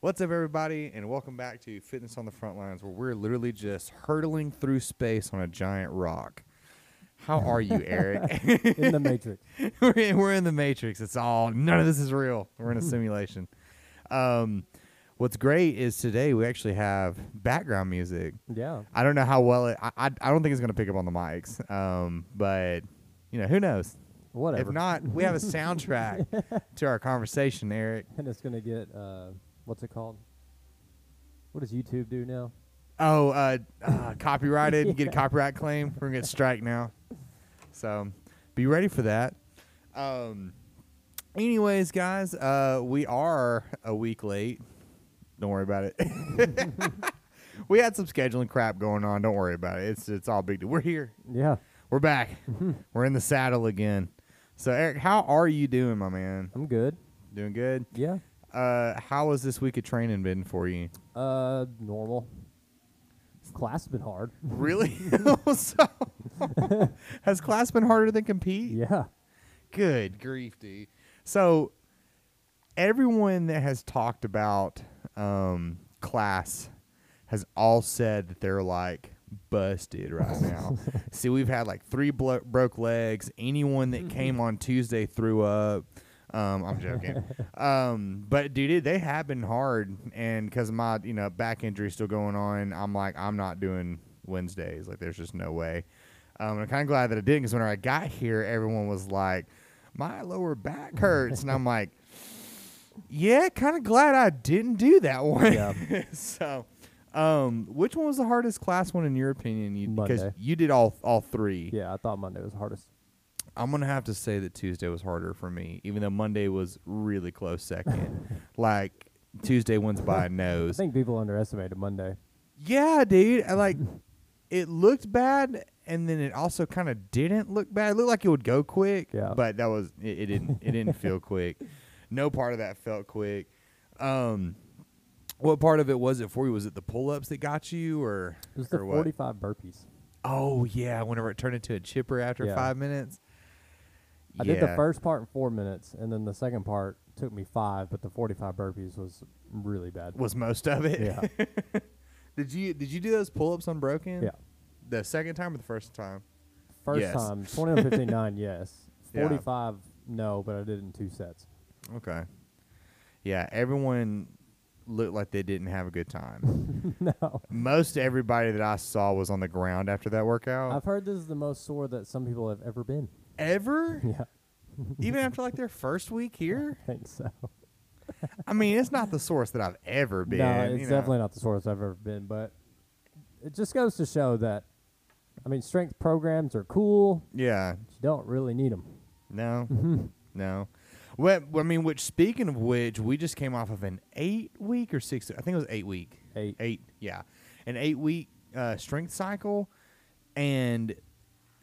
What's up, everybody, and welcome back to Fitness on the Front Lines, where we're literally just hurtling through space on a giant rock. How are you, Eric? in the Matrix. we're, in, we're in the Matrix. It's all none of this is real. We're in a simulation. Um, what's great is today we actually have background music. Yeah. I don't know how well it. I I, I don't think it's gonna pick up on the mics. Um, but you know who knows. Whatever. If not, we have a soundtrack to our conversation, Eric. and it's gonna get uh, what's it called? What does YouTube do now? Oh, uh, uh, copyrighted. Get a copyright claim. We're gonna get strike now. So, be ready for that. Um, anyways, guys, uh, we are a week late. Don't worry about it. we had some scheduling crap going on. Don't worry about it. It's it's all big. deal. We're here. Yeah, We're back. We're in the saddle again. So, Eric, how are you doing, my man? I'm good. Doing good. Yeah. Uh, how has this week of training been for you? Uh, normal. Class has been hard. Really? so, has class been harder than compete? yeah. Good grief, dude. So, everyone that has talked about um, class has all said that they're like busted right now. See, we've had like three blo- broke legs. Anyone that came on Tuesday threw up. Um, I'm joking. um, but dude, they have been hard, and because my you know back injury still going on, I'm like I'm not doing Wednesdays. Like there's just no way. Um, and I'm kind of glad that I didn't because when I got here, everyone was like, my lower back hurts, and I'm like, yeah, kind of glad I didn't do that one. Yeah. so, um, which one was the hardest class one in your opinion? You, because Monday. you did all all three. Yeah. I thought Monday was the hardest. I'm gonna have to say that Tuesday was harder for me, even though Monday was really close second. like Tuesday wins by a I nose. think people underestimated Monday. Yeah, dude. I, like it looked bad, and then it also kind of didn't look bad. It looked like it would go quick, Yeah. but that was it, it didn't it didn't feel quick. No part of that felt quick. Um, what part of it was it for you? Was it the pull ups that got you, or It was the or what? 45 burpees. Oh yeah, whenever it turned into a chipper after Yeah. five minutes. I did the Yeah. first part in four minutes, and then the second part took me five, but the 45 burpees was really bad. was most of it. Yeah. did you did you do those pull ups unbroken? Yeah. The second time or the first time? First Yes. time, 21 59, yes. Yeah. 45, no, but I did it in two sets. Okay. Yeah, everyone looked like they didn't have a good time. no. most everybody that I saw was on the ground after that workout. I've heard this is the most sore that some people have ever been. Ever? Yeah, Even after like their first week here? I think so. I mean, it's not the source that I've ever been. no, you it's know. definitely not the sorest I've ever been, but it just goes to show that, I mean, strength programs are cool, Yeah. but you don't really need them. No. Mm-hmm. No. Well, I mean, which speaking of which, we just came off of an eight week or six. I think it was eight week. Eight. Eight. Yeah, an eight week uh, strength cycle, and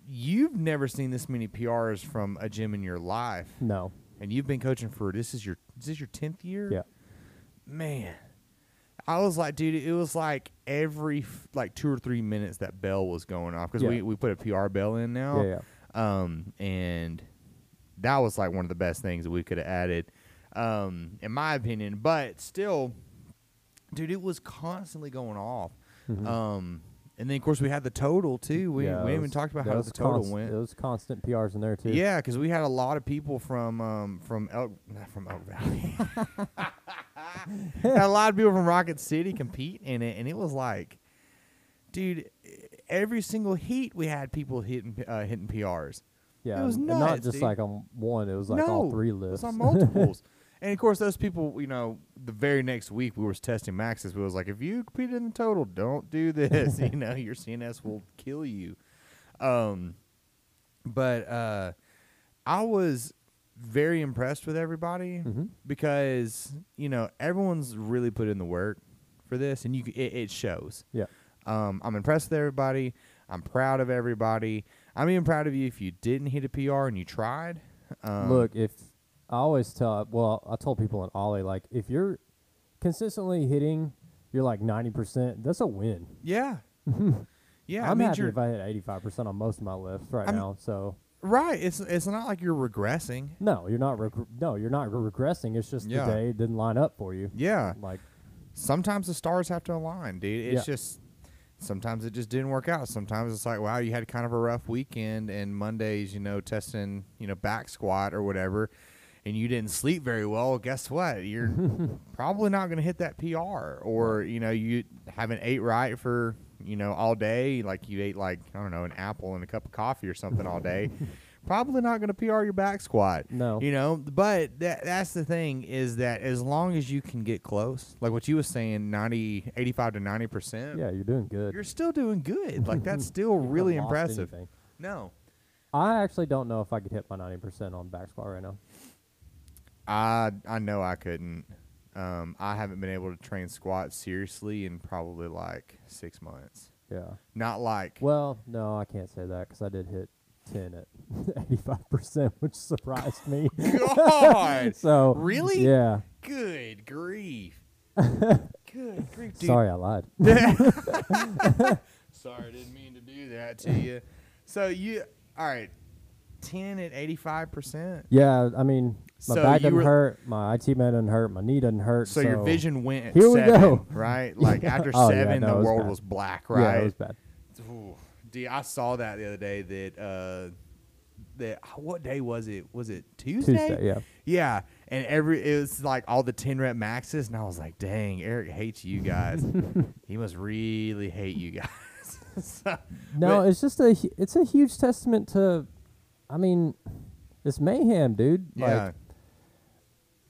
you've never seen this many PRs from a gym in your life, No. and you've been coaching for this is your is this your tenth year? Yeah. man. I was like, dude, it was like every f- like two or three minutes that bell was going off because Yeah. we, we put a PR bell in now. Yeah, Um, and that was like one of the best things that we could have added, um, in my opinion. But still, dude, it was constantly going off. Um, and then of course we had the total too. We, Mm-hmm. Yeah, it we haven't was- even talked about that how was the total const- went. It was constant PRs in there, too. Yeah, because we had a lot of people from um, from Elk not from Elk Valley. Had a lot of people from Rocket City compete in it, and it was like, dude, every single heat we had people hitting uh, hitting PRs. Yeah. it was and nuts, not just dude. like on one, it was like no, all three it was lists. on multiples. and of course, those people, you know, the very next week we was testing maxes. We was like, if you compete in the total, don't do this. you know, your CNS will kill you. Um, but uh, I was very impressed with everybody Mm-hmm. because you know everyone's really put in the work for this, and you c- it, it shows. yeah. Um, I'm impressed with everybody. I'm proud of everybody. I'm even proud of you if you didn't hit a PR and you tried. Um, Look, if I always tell, well, I told people in Ollie, like, if you're consistently hitting, you're like 90%, that's a win. Yeah. yeah. I'm I mean, happy you're, if I hit 85% on most of my lifts right I'm- now. So, right. It's it's not like you're regressing. no, you're not, reg- no, you're not regressing. It's just Yeah. the day didn't line up for you. Yeah. Like, sometimes the stars have to align, dude. It's Yeah. just sometimes it just didn't work out. Sometimes it's like, wow, you had kind of a rough weekend, and Mondays, you know, testing, you know, back squat or whatever, and you didn't sleep very well. Guess what? You're probably not going to hit that PR, or you know, you haven't ate right for you know all day. Like you ate like I don't know an apple and a cup of coffee or something all day. Probably not going to PR your back squat. No. You know, but that that's the thing is that as long as you can get close, like what you was saying, 90, 85 to 90%, Yeah, you're doing good. you're still doing good. Like that's still You haven't really lost impressive. anything. No. I actually don't know if I could hit my 90% on back squat right now. I I know I couldn't. Um, I haven't been able to train squats seriously in probably like six months. Yeah. Not like Well, no, I can't say that because I did hit 10 at 85%, which surprised me. God. so Really? Yeah. Good grief. Good grief, dude. Sorry, I lied. Sorry, didn't mean to do that to you. So you all right? Ten at eighty-five percent. Yeah, I mean, my So back you doesn't were- hurt, my IT man doesn't hurt, my knee doesn't hurt. So So, your vision went at Here we seven, go. right? Like after Oh, yeah, seven, no, it the was world bad. was black, Yeah, right? it was bad. Ooh, dude, I saw that the other day. That uh, that uh, what day was it? Was it Tuesday? Tuesday, yeah. Yeah, and every it was like all the ten rep maxes, and I was like, "Dang, Eric hates you guys. he must really hate you guys." So- No, but- it's just a hu- it's a huge testament to, I mean, it's mayhem, dude. yeah, Like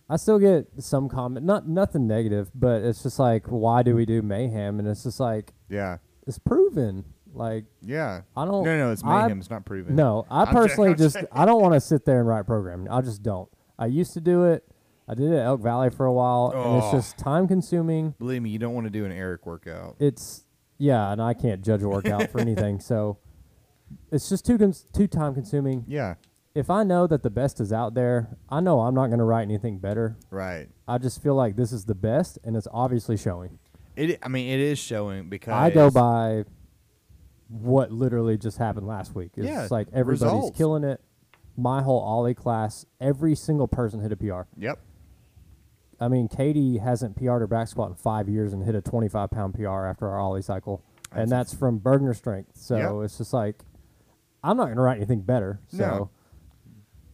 I still get some comment, not nothing negative, but it's just like, why do we do mayhem? And it's just like yeah, it's proven. Like yeah. I don't. No, no, it's I- mayhem. it's not proven. No, I I'm joking, personally I'm just joking. I don't want to sit there and write programming. I just don't. I used to do it. I did it at Elk Valley for a while, and Oh. it's just time consuming. Believe me, you don't want to do an Eric workout. It's yeah, and I can't judge a workout for anything, so it's just too cons- too time consuming. yeah, If I know that the best is out there, I know I'm not going to write anything better. right. I just feel like this is the best, and it's obviously showing. It. I mean, it is showing because I go by what literally just happened last week. It's Yeah, like everybody's results. killing it. My whole Ollie class, every single person hit a PR. Yep. I mean, Katie hasn't PR'd her back squat in five years and hit a 25 pound PR after our Ollie cycle. And that's from Bergner strength. So Yeah. it's just like, I'm not going to write anything better. So No.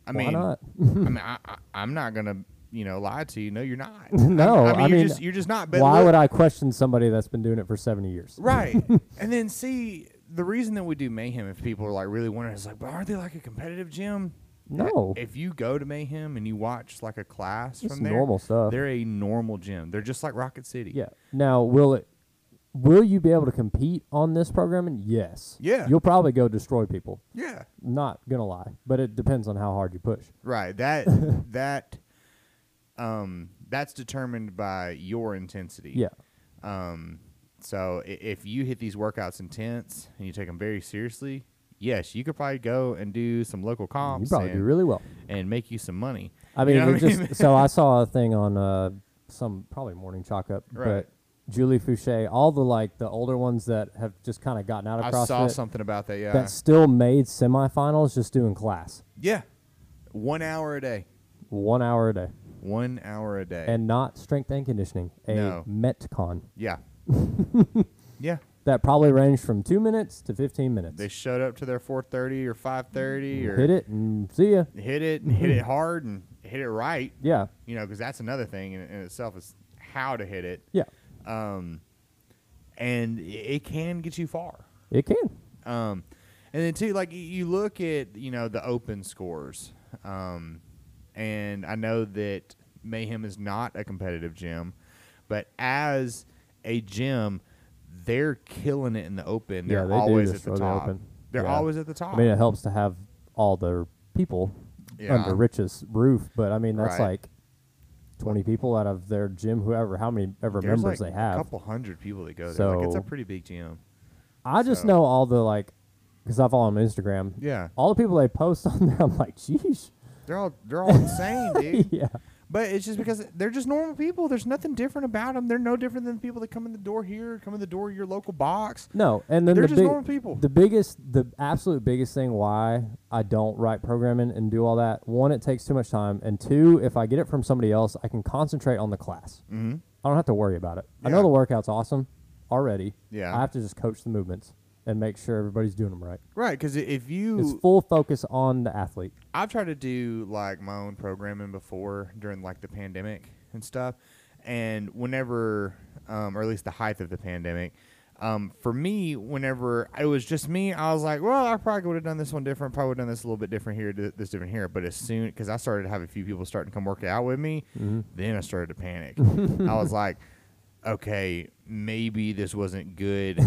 I why mean, not? I mean, I, I, I'm not gonna, you know, lie to you. No, you're not. No, I mean, I you're mean, just, you're just not. But Why look- would I question somebody that's been doing it for 70 years? Right, and then see the reason that we do mayhem. If people are like really wondering, it's like, but aren't they like a competitive gym? No. If you go to mayhem and you watch like a class It's from there, normal stuff. They're a normal gym. They're just like Rocket City. Yeah. Now, will it? Will you be able to compete on this programming? Yes. Yeah. You'll probably go destroy people. Yeah. Not gonna lie, but it depends on how hard you push. Right. That that um that's determined by your intensity. Yeah. Um, so i- if you hit these workouts intense and you take them very seriously, yes, you could probably go and do some local You comps probably and, do really well. and make you some money. I You mean, know what it just so I saw a thing on uh some probably morning chalk up, Right. but Julie Fouché, all the like the older ones that have just kind of gotten out of I CrossFit saw something about that. Yeah, that still made semifinals just doing class, yeah, one hour a day, one hour a day, one hour a day, and not strength and conditioning. A No. metcon yeah, yeah. that probably ranged from two minutes to 15 minutes. They showed up to their four thirty or five thirty or hit it and see ya. hit it, and hit it hard, and hit it right. Yeah, You know, because that's another thing in, in itself is how to hit it. yeah, um, and i- it can get you far. it can. Um, and then too, like y- you look at you know the open scores, um, and I know that Mayhem is not a competitive gym, but as a gym, they're killing it in the open. Yeah, They're they do always at destroy the the top. open. They're Yeah. always at the top. I mean, it helps to have all the people Yeah. under Rich's roof, but I mean that's Right. like twenty people out of their gym, whoever, how many ever There's members like they a have. couple hundred people that go there. like it's a So- pretty big gym. I just so- know all the like, because I follow them on Instagram. Yeah. all the people they post on there, I'm like, jeez. They're all they're all insane, dude. yeah, But it's just because they're just normal people. There's nothing different about them. They're no different than people that come in the door here, come in the door of your local box. no, and then They're the just big, normal people. The biggest, the absolute biggest thing why I don't write programming and do all that. One, it takes too much time, and two, if I get it from somebody else, I can concentrate on the class. Mm-hmm. I don't have to worry about it. I Yeah. know the workout's awesome already. Yeah. I have to just coach the movements and make sure everybody's doing them right. Right, because if you It's full focus on the athlete. I've tried to do like my own programming before during like the pandemic and stuff. And whenever, um, or at least the height of the pandemic, um, for me, whenever it was just me, I was like, well, I probably would have done this one different, probably would have done this a little bit different here, th- this different here. But as soon, because I started to have a few people starting to come work out with me, then I started to panic. I was like, okay, maybe this wasn't good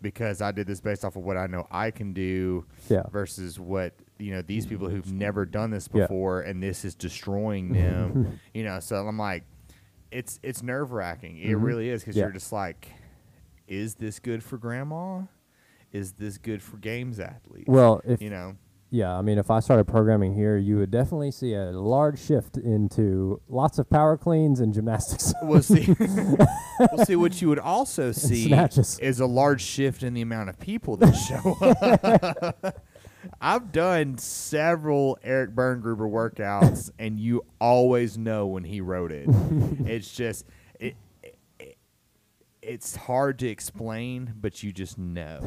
because I did this based off of what I know I can do Yeah. versus what you know these people who've never done this Mm-hmm. Yeah. before and this is destroying them you know so i'm like it's it's nerve wracking it really is because Mm-hmm. Yeah. you're just like is this good for grandma is this good for games athletes Well, if you know yeah, I mean, if I started programming here, you would definitely see a large shift into lots of power cleans and gymnastics. we'll see we'll see what you would also see snatches. is a large shift in the amount of people that show up I've done several Eric Berngruber workouts, and you always know when he wrote it. it's just it, it- it's hard to explain, but you just know.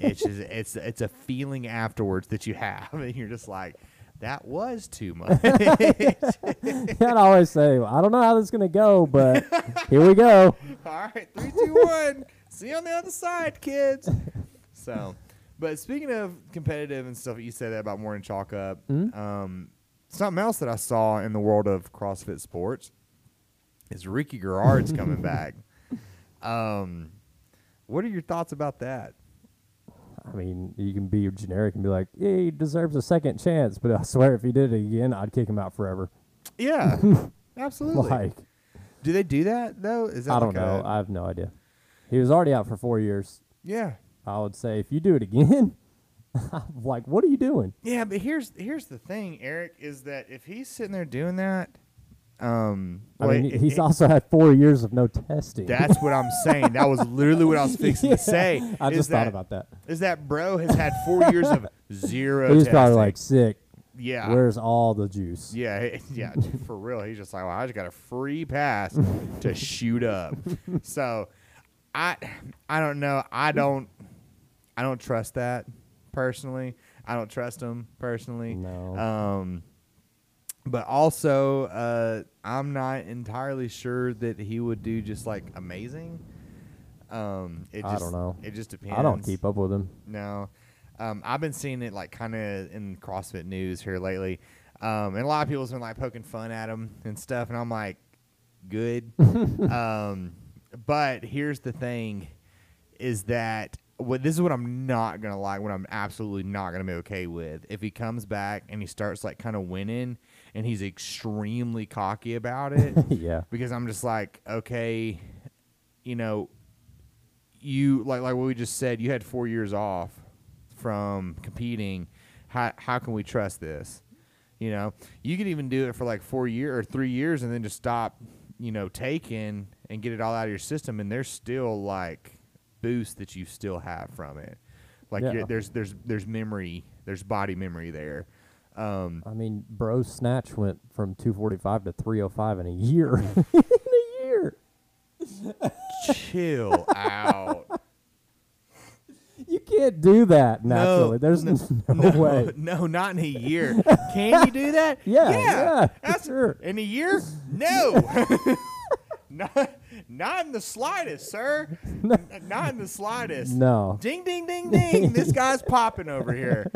it's just it's it's a feeling afterwards that you have, and you're just like, that was too much. I'd always say, I don't know how this is gonna go, but here we go. All right, three, two, one. See you on the other side, kids. So, but speaking of competitive and stuff, you said that about Morning Chalk Up. Hmm? Um, something else that I saw in the world of CrossFit sports is Ricky Garrard's coming back. Um, what are your thoughts about that? I mean, you can be generic and be like, yeah, he deserves a second chance, but I swear if he did it again, I'd kick him out forever. Yeah, absolutely. Like, do they do that though? Is that I don't like a- know. I have no idea. He was already out for four years. yeah, I would say if you do it again, I'm like, what are you doing? Yeah, but here's here's the thing, Eric, is that if he's sitting there doing that, um, I well, mean, it- he's it- also had four years of no testing. that's what I'm saying. That was literally what I was fixing Yeah, to say. I is just that, thought about that. Is that bro has had four years of zero. He was probably testing. like sick. yeah, Where's all the juice? yeah, he- yeah, dude, for real. He's just like, well, I just got a free pass to shoot up. So, I, I don't know. I don't, I don't trust that personally. I don't trust him personally. No. Um, but also, uh, I'm not entirely sure that he would do just like amazing. Um, it I just, don't know. It just depends. I don't keep up with him. No. Um, I've been seeing it like kind of in CrossFit news here lately. Um, and a lot of people's been like poking fun at him and stuff. And I'm like, good. um, but here's the thing is that what this is what I'm not going to like, what I'm absolutely not going to be okay with. If he comes back and he starts like kind of winning and he's extremely cocky about it, yeah. because I'm just like, okay, you know, you like like what we just said, you had four years off from competing. How how can we trust this? You know, you could even do it for like four year or three years and then just stop, you know, taking and get it all out of your system and there's still like boost that you still have from it. Like Yeah. you're, there's there's there's memory, there's body memory there. Um, I mean, bro, snatch went from 245 to 305 in a year. in a year. chill out. You can't do that naturally. There's no, way. No, not in a year. Can you do that? Yeah, yeah, for that's- sure. In a year? No. not, not in the slightest, sir. N- Not in the slightest. No. Ding, ding, ding, ding. this guy's popping over here.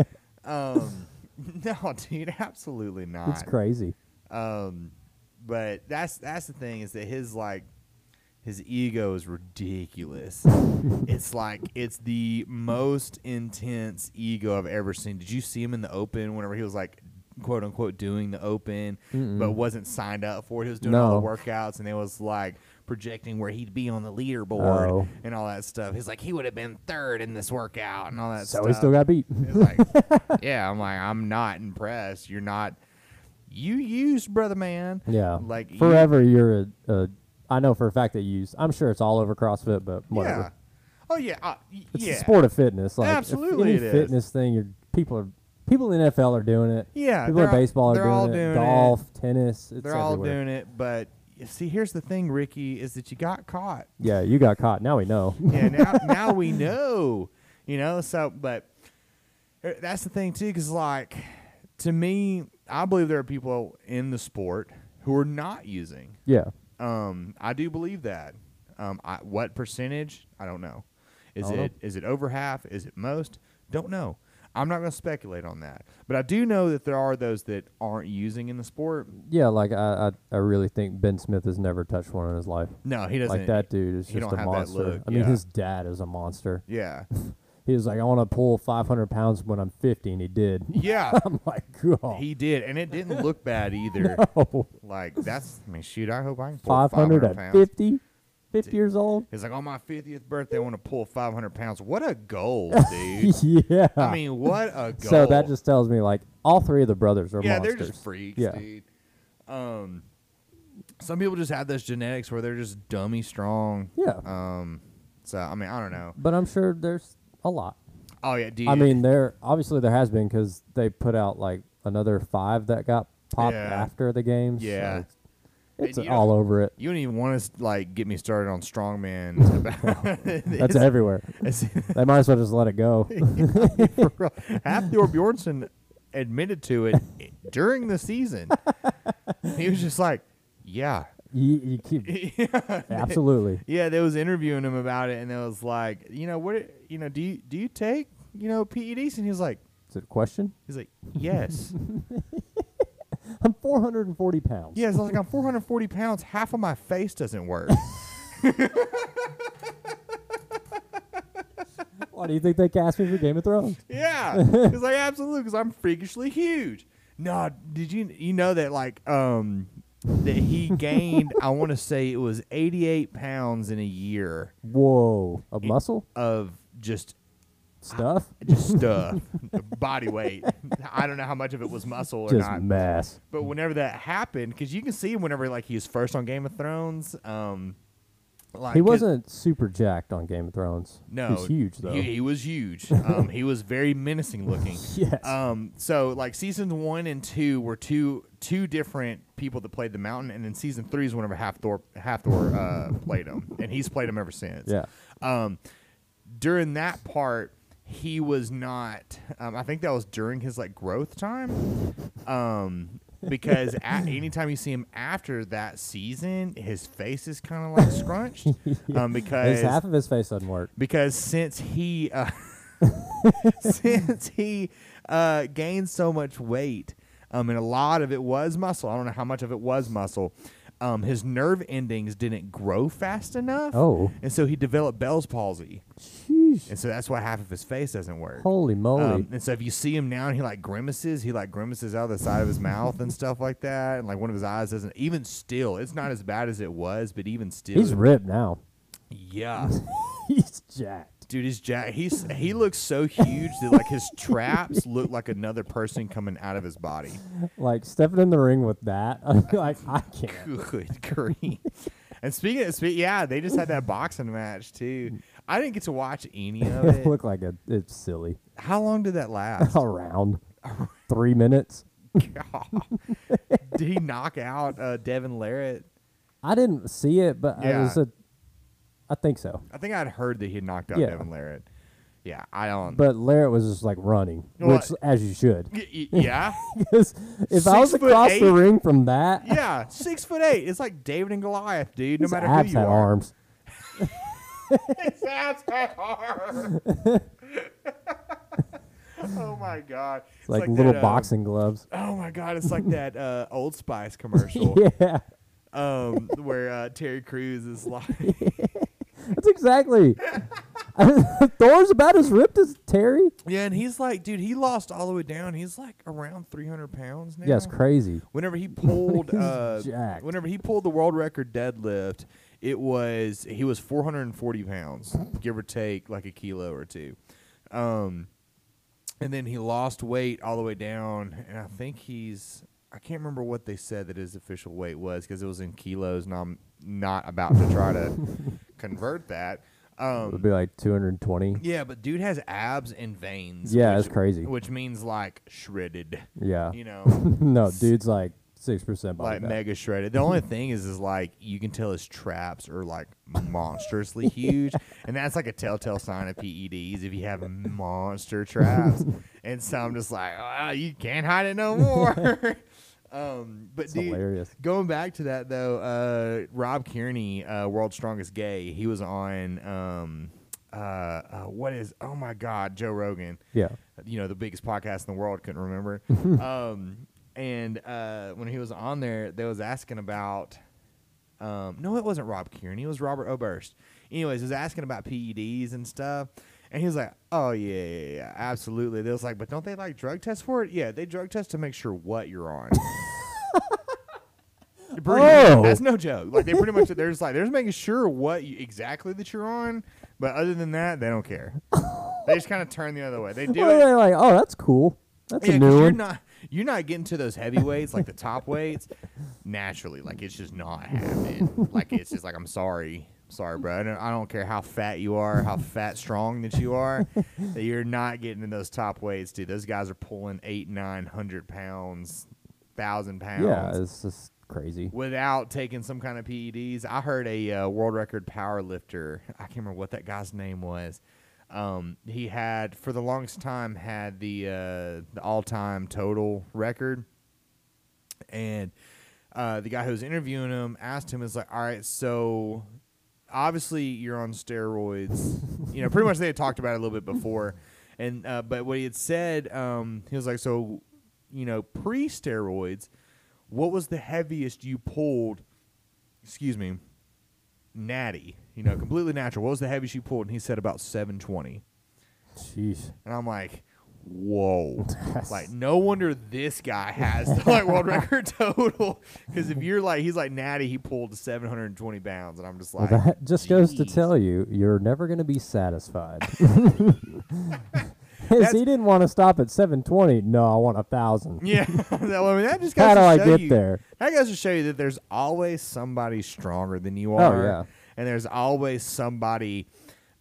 Um, no, dude, absolutely not. It's crazy. Um, but that's that's the thing is that his like his ego is ridiculous. it's like it's the most intense ego I've ever seen. Did you see him in the open whenever he was like quote unquote doing the open but wasn't signed up for it? He was doing all the No. workouts and it was like projecting where he'd be on the leaderboard Oh. and all that stuff. He's like he would have been third in this workout and all that So stuff. he still got beat. It's like, yeah, I'm like, I'm not impressed. You're not. You used, brother man. Yeah. Like you- forever, you're a, a. I know for a fact that you. use- I'm sure it's all over CrossFit, but whatever. yeah. Oh yeah. Uh, y- It's yeah. a sport of fitness. Like if Absolutely any it is. fitness thing. You're, people are people in the NFL are doing it. Yeah, people in they're all- baseball are they're doing all it. doing it. Golf, tennis. It's They're all everywhere. doing it, but see, here's the thing, Ricky, is that you got caught. Yeah, you got caught. Now we know. yeah, now now we know, you know. So, but er, that's the thing too, because like to me, I believe there are people in the sport who are not using. yeah. Um, I do believe that. Um, I, what percentage? I don't know. Is I it don't is it over half? Is it most? Don't know. I'm not going to speculate on that, but I do know that there are those that aren't using in the sport. Yeah, like I, I, I really think Ben Smith has never touched one in his life. No, he doesn't. Like that dude is he just don't a have that monster. look, I mean, yeah. his dad is a monster. Yeah, He was like, I want to pull 500 pounds when I'm 50, and he did. yeah. I'm like, God. He did, and it didn't look bad either. Like that's, I mean, shoot, I hope I can pull 500, 500 at pounds. 50? 50 years old? It's like on my 50th birthday, I want to pull 500 pounds. What a goal, dude! yeah. I mean, what a goal. so that just tells me, like, all three of the brothers are yeah, monsters. they're just freaks, Yeah. dude. Um, some people just have those genetics where they're just dummy strong. Yeah. Um, so I mean, I don't know. But I'm sure there's a lot. Oh yeah, dude. I mean, there obviously there has been because they put out like another five that got popped Yeah. after the games. so Yeah. it's- it's And you all know- over it. you don't even want to like get me started on strongman. about- That's it's- everywhere. it's- they might as well just let it go. For real. Half Thor Bjornsson admitted to it i- during the season. he was just like, yeah. you, you keep absolutely. Yeah, they was interviewing him about it, and they was like, you know, what, you know, do you do you take, you know, PEDs? And he was like, Is it a question? he's like, yes, I'm 440 pounds. yes. I was like, I'm 440 pounds. Half of my face doesn't work. Why do you think they cast me for Game of Thrones? yeah, he's like, absolutely, because I'm freakishly huge. No, did you you know that like um that he gained? I want to say it was 88 pounds in a year. Whoa, of muscle of just stuff, just stuff, body weight. I don't know how much of it was muscle or just not. mass. But whenever that happened, because you can see whenever like he was first on Game of Thrones, um, like He 'cause- wasn't super jacked on Game of Thrones. No, he's huge though. He, he was huge. Um, he was very menacing looking. Yes. Um, so like seasons one and two were two two different people that played the mountain, and then season three is whenever Half Thor Half Thor uh, played him, and he's played him ever since. Yeah. Um, during that part, he was not. Um, I think that was during his like growth time. Um. Because at anytime you see him after that season, his face is kind of like scrunched. Um, because His half of his face doesn't work. because since he uh, since he uh, gained so much weight, um, and a lot of it was muscle. I don't know how much of it was muscle. Um, his nerve endings didn't grow fast enough. Oh. and so he developed Bell's palsy, Sheesh. and so that's why half of his face doesn't work. Holy moly. Um, and so if you see him now and he like grimaces, he like grimaces out of the side of his mouth and stuff like that, and like one of his eyes doesn't. Even still, it's not as bad as it was, but even still, he's ripped now. yeah. he's jacked. Dude, he's jack. He's he looks so huge that like his traps look like another person coming out of his body. Like stepping in the ring with that, I'm like I can't. Good grief! And speaking, of, spe- yeah, they just had that boxing match too. I didn't get to watch any of It it. looked like a, it's silly. How long did that last? Oh. Around three minutes. did he knock out uh, Devin Larrett? I didn't see it, but I Yeah. was a, I think so. I think I'd heard that he had knocked out Yeah. Devin Larrett. Yeah, I don't. But Larrett was just like running, Well, which as you should. Y- y- yeah, 'Cause if I was Six foot across eight? the ring from that, yeah, six foot eight. It's like David and Goliath, dude. No his matter abs who you had are. arms. His abs had arms. oh my god! It's, Like, little that, uh, boxing gloves. oh my god! It's like that uh, Old Spice commercial, Yeah, um, where uh, Terry Crews is like, that's exactly. I mean, Thor's about as ripped as Terry. yeah, and he's like, dude, he lost all the way down. He's like around three hundred pounds now. Yeah, it's crazy. Whenever he pulled, He's uh, jacked. whenever he pulled the world record deadlift, it was he was 440 pounds, give or take like a kilo or two. Um, and then he lost weight all the way down, and I think he's I can't remember what they said that his official weight was because it was in kilos, and I'm not about to try to convert that. It Um, would be like 220. yeah, but dude has abs and veins. Yeah, which- it's crazy. Which means like shredded. Yeah. You know. no, dude's like six percent body like fat. mega shredded. The only thing is, is like you can tell his traps are like monstrously huge, and that's like a telltale sign of PEDs if you have monster traps. and so I'm just like, oh, you can't hide it no more. um, but It's dude, hilarious. going back to that though, uh, Rob Kearney, uh, World's Strongest Gay, he was on um, uh, uh, what is? Oh my God, Joe Rogan Yeah. you know the biggest podcast in the world couldn't remember um, and uh, when he was on there they was asking about um, no it wasn't rob kearney it was robert oberst anyways he was asking about ped's and stuff and he was like oh yeah yeah, yeah absolutely they was like but don't they like drug test for it yeah they drug test to make sure what you're on Pretty Oh. that's no joke. Like they pretty much they're just like they're just making sure what you, exactly that you're on, but other than that they don't care. they just kind of turn the other way. They do Well, it they're like, oh, that's cool. That's yeah, a 'cause new you're one. not you're not getting to those heavy weights like the top weights naturally. Like it's just not happening. like it's just like I'm sorry, sorry, bro. I don't, I don't care how fat you are, how fat strong that you are. that you're not getting in those top weights, dude. Those guys are pulling eight, nine hundred pounds, thousand pounds yeah, it's just crazy. without taking some kind of PEDs. I heard a uh, world record power lifter. I can't remember what that guy's name was. Um, he had for the longest time had the uh, the all time total record, and uh, the guy who was interviewing him asked him, "Is like, all right, so obviously you're on steroids. you know, pretty much they had talked about it a little bit before, and uh, but what he had said, um, he was like, so you know, pre steroids, what was the heaviest you pulled? Excuse me, natty. You know, completely natural. What was the heaviest you pulled? And he said about seven twenty. Jeez. And I'm like, whoa. That's- like, no wonder this guy has the like world record total. Because if you're like, he's like natty, he pulled 720 pounds, and I'm just Well, like, that just goes to "Jeez." tell you, you're never going to be satisfied. 'Cause That's- he didn't want to stop at 720. No, I want a thousand. Yeah, that, I mean, that just How goes to do I show get you- there? That goes to show you that there's always somebody stronger than you are. Oh, yeah. And there's always somebody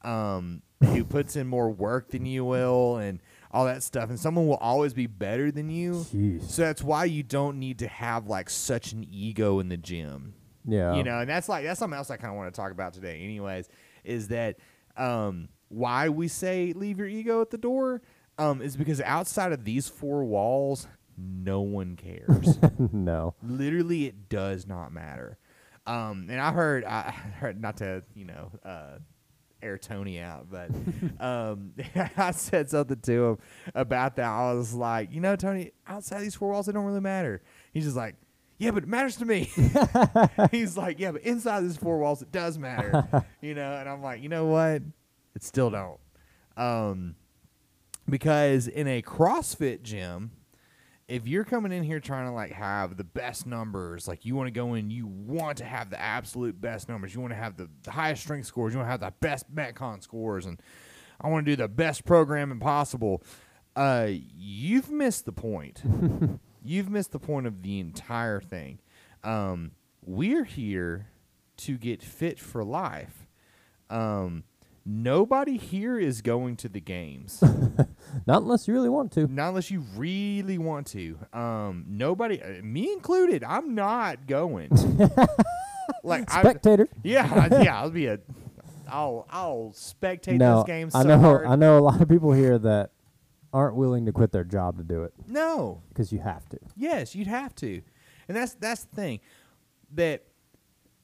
um, who puts in more work than you will and all that stuff. And someone will always be better than you. Jeez. So that's why you don't need to have like such an ego in the gym. Yeah. you know and that's like that's something else i kind of want to talk about today anyways is that um why we say leave your ego at the door um is because outside of these four walls no one cares no. literally it does not matter um and i heard i heard not to you know uh air tony out but um i said something to him about that i was like you know tony outside these four walls they don't really matter he's just like yeah but it matters to me he's like yeah but inside these four walls it does matter you know and i'm like you know what it still don't um because in a CrossFit gym, if you're coming in here trying to like have the best numbers, like you want to go in, you want to have the absolute best numbers, you want to have the, the highest strength scores, you want to have the best metcon scores, and I want to do the best programming possible. Uh, you've missed the point. you've missed the point of the entire thing. Um, we're here to get fit for life. Um, nobody here is going to the games. Not unless you really want to. Not unless you really want to. Um, nobody, uh, me included, I'm not going. like, I, Spectator. yeah, I- yeah, I'll be a, I'll, I'll spectate no, this game. So I know. hard. I know a lot of people here that aren't willing to quit their job to do it no, because you have to. yes, you'd have to, and that's that's the thing that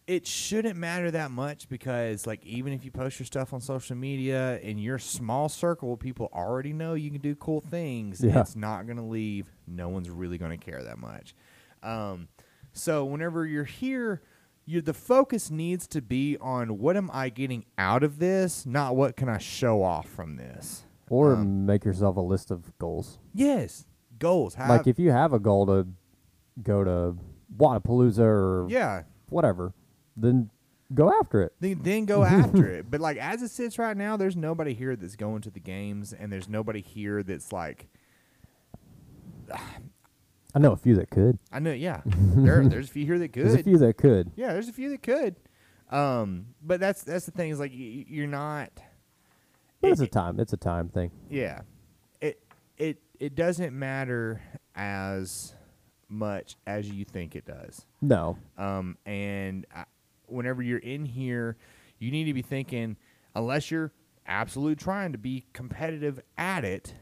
it shouldn't matter that much because like even if you post your stuff on social media in your small circle people already know you can do cool things Yeah. it's not going to leave no one's really going to care that much um, so whenever you're here you the focus needs to be on what am i getting out of this not what can i show off from this Or Um. make yourself a list of goals. yes goals how like if you have a goal to go to Wadapalooza or yeah whatever, then go after it. then, then go after it. But like as it sits right now, there's nobody here that's going to the games, and there's nobody here that's like, I know a few that could. I know, yeah, there, there's a few here that There's a could, few that could. yeah, there's a few that could. Um, but that's that's the thing is like you, you're not, But It- it's a time. It's a time thing. yeah, it it it doesn't matter as much as you think it does. No. Um, and I, whenever you're in here, you need to be thinking, unless you're absolutely trying to be competitive at it,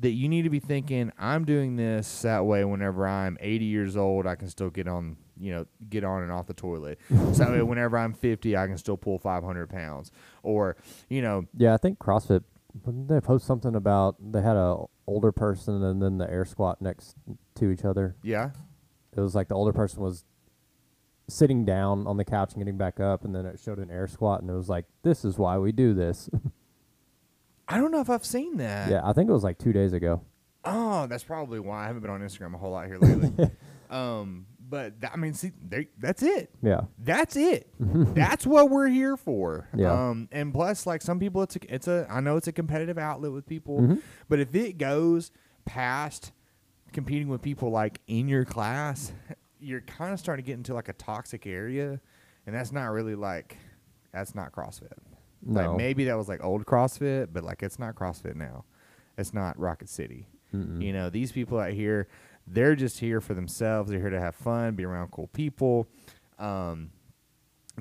that you need to be thinking, I'm doing this that way. Whenever I'm 80 years old, I can still get on, you know, get on and off the toilet. so that way, whenever I'm 50, I can still pull 500 pounds. Or, you know, Yeah, I think CrossFit. Didn't they post something about they had a older person and then the air squat next to each other? yeah, It was like the older person was sitting down on the couch and getting back up, and then it showed an air squat, and it was like, "This is why we do this." I don't know if I've seen that. yeah, I think it was like two days ago. Oh, that's probably why I haven't been on Instagram a whole lot here lately. um, but th- I mean, see, they, that's it. Yeah, That's it. that's what we're here for. Mm-hmm. Yeah. Um, and plus, like some people, it's a, it's a I know it's a competitive outlet with people, Mhm. but if it goes past competing with people like in your class, you're kind of starting to get into like a toxic area, and that's not really like that's not CrossFit. No. Like maybe that was like old CrossFit, but like it's not CrossFit now. It's not Rocket City. You know, these people out here, they're just here for themselves. They're here to have fun, be around cool people. Um,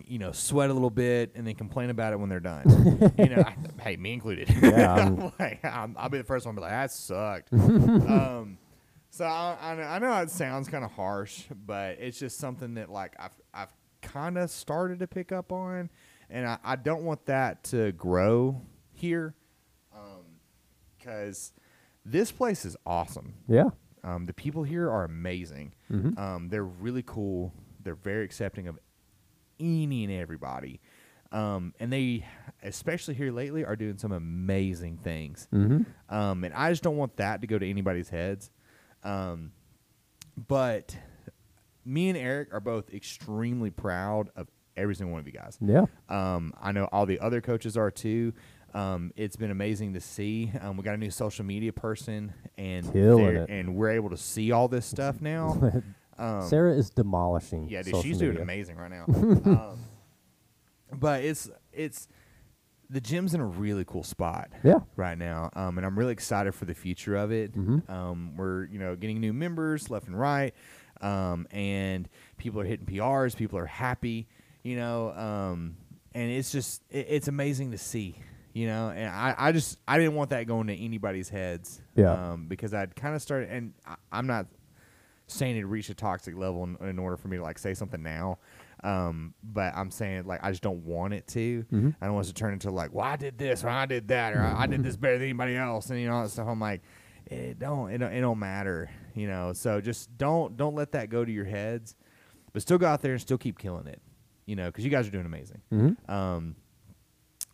you know, sweat a little bit and then complain about it when they're done. you know, I, hey, me included. Yeah, I'm like, I'm, I'll be the first one to be like, that sucked. um, so I, I, know, I know it sounds kind of harsh, but it's just something that like I've, I've kind of started to pick up on, and I, I don't want that to grow here, because this place is awesome. yeah, Um, the people here are amazing. Um, they're really cool. They're very accepting of any and everybody. Um, and they, especially here lately, are doing some amazing things. Um, and I just don't want that to go to anybody's heads. Um, but me and Eric are both extremely proud of every single one of you guys. yeah. Um, I know all the other coaches are too. Um, it's been amazing to see. Um, we got a new social media person, and Killing they're- it. and we're able to see all this stuff now. Sarah is demolishing. Um, yeah, dude, social she's media. doing amazing right now. um, but it's it's the gym's in a really cool spot Yeah. right now, um, and I'm really excited for the future of it. Mm-hmm. Um, we're you know getting new members left and right, um, and people are hitting PRs. People are happy, you know, um, and it's just it, it's amazing to see, you know. And I, I just I didn't want that going to anybody's heads, Yeah. um, because I'd kind of started, and I, I'm not saying it reached a toxic level in, in order for me to like say something now. Um, but I'm saying like I just don't want it to. I don't want it to turn into like, well, I did this or I did that or I I did this better than anybody else and you know all that stuff. I'm like, it don't it don't, it don't matter, you know. So just don't don't let that go to your heads, but still go out there and still keep killing it, you know, because you guys are doing amazing. Um,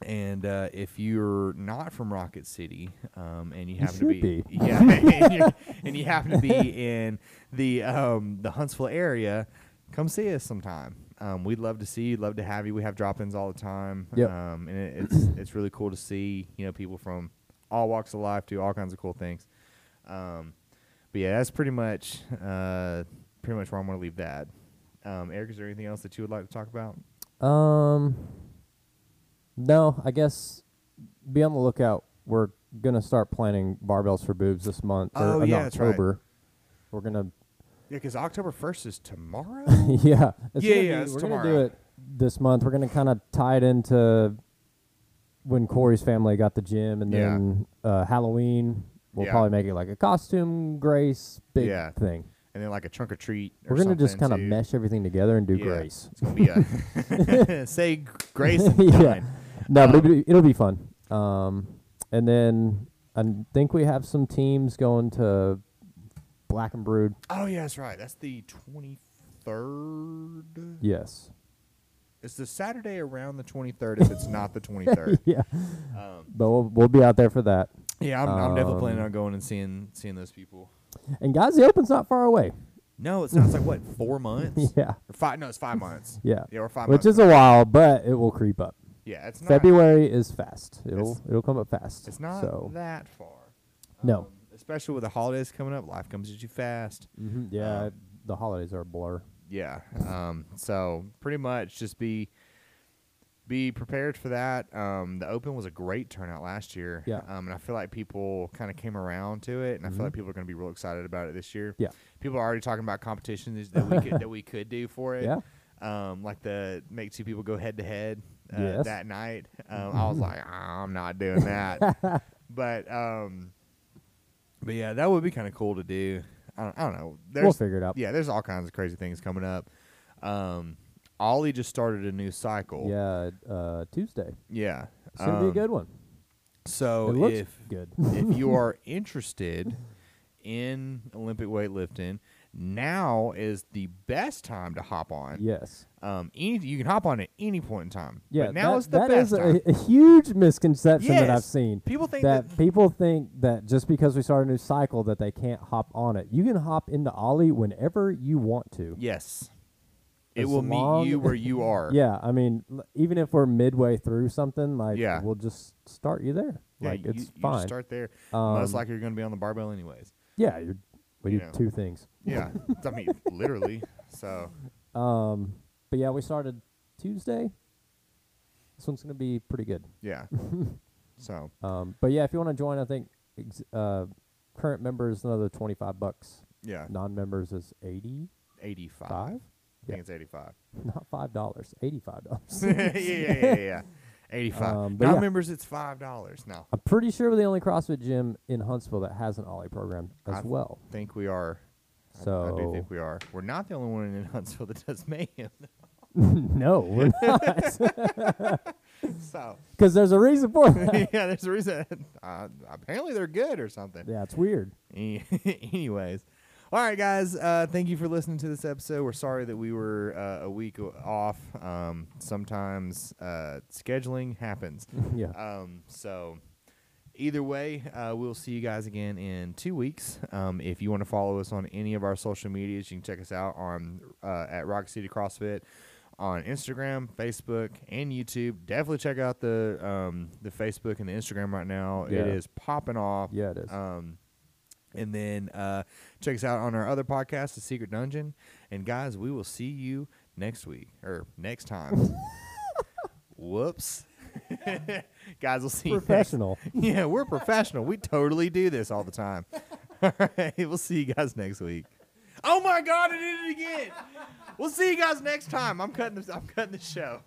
and uh, if you're not from Rocket City, um, and you happen should to be, be. yeah, and, you, and you happen to be in the um, the Huntsville area, come see us sometime. Um, we'd love to see you. Love to have you. We have drop-ins all the time. Yep. Um, and it, it's it's really cool to see you know people from all walks of life do all kinds of cool things. Um, but yeah, that's pretty much uh, pretty much where I'm going to leave that. Um, Eric, is there anything else that you would like to talk about? Um, no, I guess be on the lookout. We're gonna start planning barbells for boobs this month. or Oh, in yeah, that's right. October. We're gonna, Yeah, because October first is tomorrow. yeah, it's Yeah, gonna yeah, be- it's we're gonna tomorrow. do it this month. We're gonna kind of tie it into when Corey's family got the gym, and Yeah. then uh, Halloween. We'll Yeah. probably make it like a costume grace big Yeah. thing. and then like a trunk or treat. Or We're gonna just something, kind of too. mesh everything together and do Yeah. grace. It's gonna be a say g- grace. And yeah. dine. No, but it'll be, it'll be fun. Um, and then I think we have some teams going to Black and Brood. Oh yeah, that's right. That's the twenty third. Yes. It's the Saturday around the twenty third. If it's not the twenty third. Yeah. Um, But we'll, we'll be out there for that. yeah, I'm, I'm definitely planning Um, on going and seeing seeing those people. And guys, the Open's not far away. No, it sounds like what four months yeah. or five? No, it's five months. Yeah. yeah, or five. Which months. is a while, but it will creep up. yeah, it's not February is fast. It'll It's- it'll come up fast. It's not so. that far. No. especially with the holidays coming up, life comes at you fast. Mhm, yeah, um, it- the holidays are a blur. yeah um so pretty much just be be prepared for that. Um, the Open was a great turnout last year. Yeah. Um, and I feel like people kind of came around to it, and I Mhm. feel like people are going to be real excited about it this year. Yeah. People are already talking about competitions that we could, that we could do for it. Yeah. Um, like the make two people go head to head uh, Yes. Mm-hmm. that night. Um, I was like, I'm not doing that. but um, but yeah, that would be kind of cool to do. I don't, I don't know. we'll There's figure it out. yeah, there's all kinds of crazy things coming up. Um, Ollie just started a new cycle. Yeah, uh, Tuesday. Yeah. It's gonna be a Um, good one. So it looks if good. if you are interested in Olympic weightlifting, now is the best time to hop on. yes. Um, any, you can hop on at any point in time. Yeah. But now that- is the that best is a- time. a, huge misconception that I've Yes. seen. People think that, that, people think that just because we start a new cycle that they can't hop on it. You can hop into Ollie whenever you want to. yes, it As will long- meet you where you are. Yeah, I mean, l- even if we're midway through something, like Yeah. we'll just start you there. Yeah, like you, it's you fine. just start there. Um, Most likely, you're going to be on the barbell anyways. yeah, you're, we you do know. two things. Yeah, I mean, literally. So Um, but yeah, we started Tuesday. This one's gonna be pretty good. yeah, so Um, but yeah, if you want to join, I think ex- uh, current members another twenty five bucks. yeah, Non members is eighty eighty-five. five. I think it's eighty-five. Not five dollars, eighty five dollars. yeah, yeah, yeah, yeah. Eighty-five. Um, but Not yeah. members, it's five dollars. No, I'm pretty sure we're the only CrossFit gym in Huntsville that has an Ollie program as I've- well. I think we are. I- I, do So- think we are. We're not the only one in Huntsville that does mayhem. no, we're not, so because there's a reason for that. yeah, there's a reason. Uh, apparently, they're good or something. yeah, it's weird. Any- Anyways. All right, guys. Uh, thank you for listening to this episode. We're sorry that we were uh, a week o- off. Um, sometimes uh, scheduling happens. yeah, Um, so, either way, uh, we'll see you guys again in two weeks. Um, if you want to follow us on any of our social medias, you can check us out on uh, at Rock City CrossFit on Instagram, Facebook, and YouTube. Definitely check out the um, the Facebook and the Instagram right now. Yeah. It is popping off. yeah, it is. Um, and then uh, check us out on our other podcast, The Secret Dungeon. And guys, we will see you next week or next time. Whoops. guys, we'll see Professional. you. Next. Yeah, we're professional. We totally do this all the time. all right, we'll see you guys next week. Oh my God, I did it again. We'll see you guys next time. I'm cutting this. I'm cutting the show.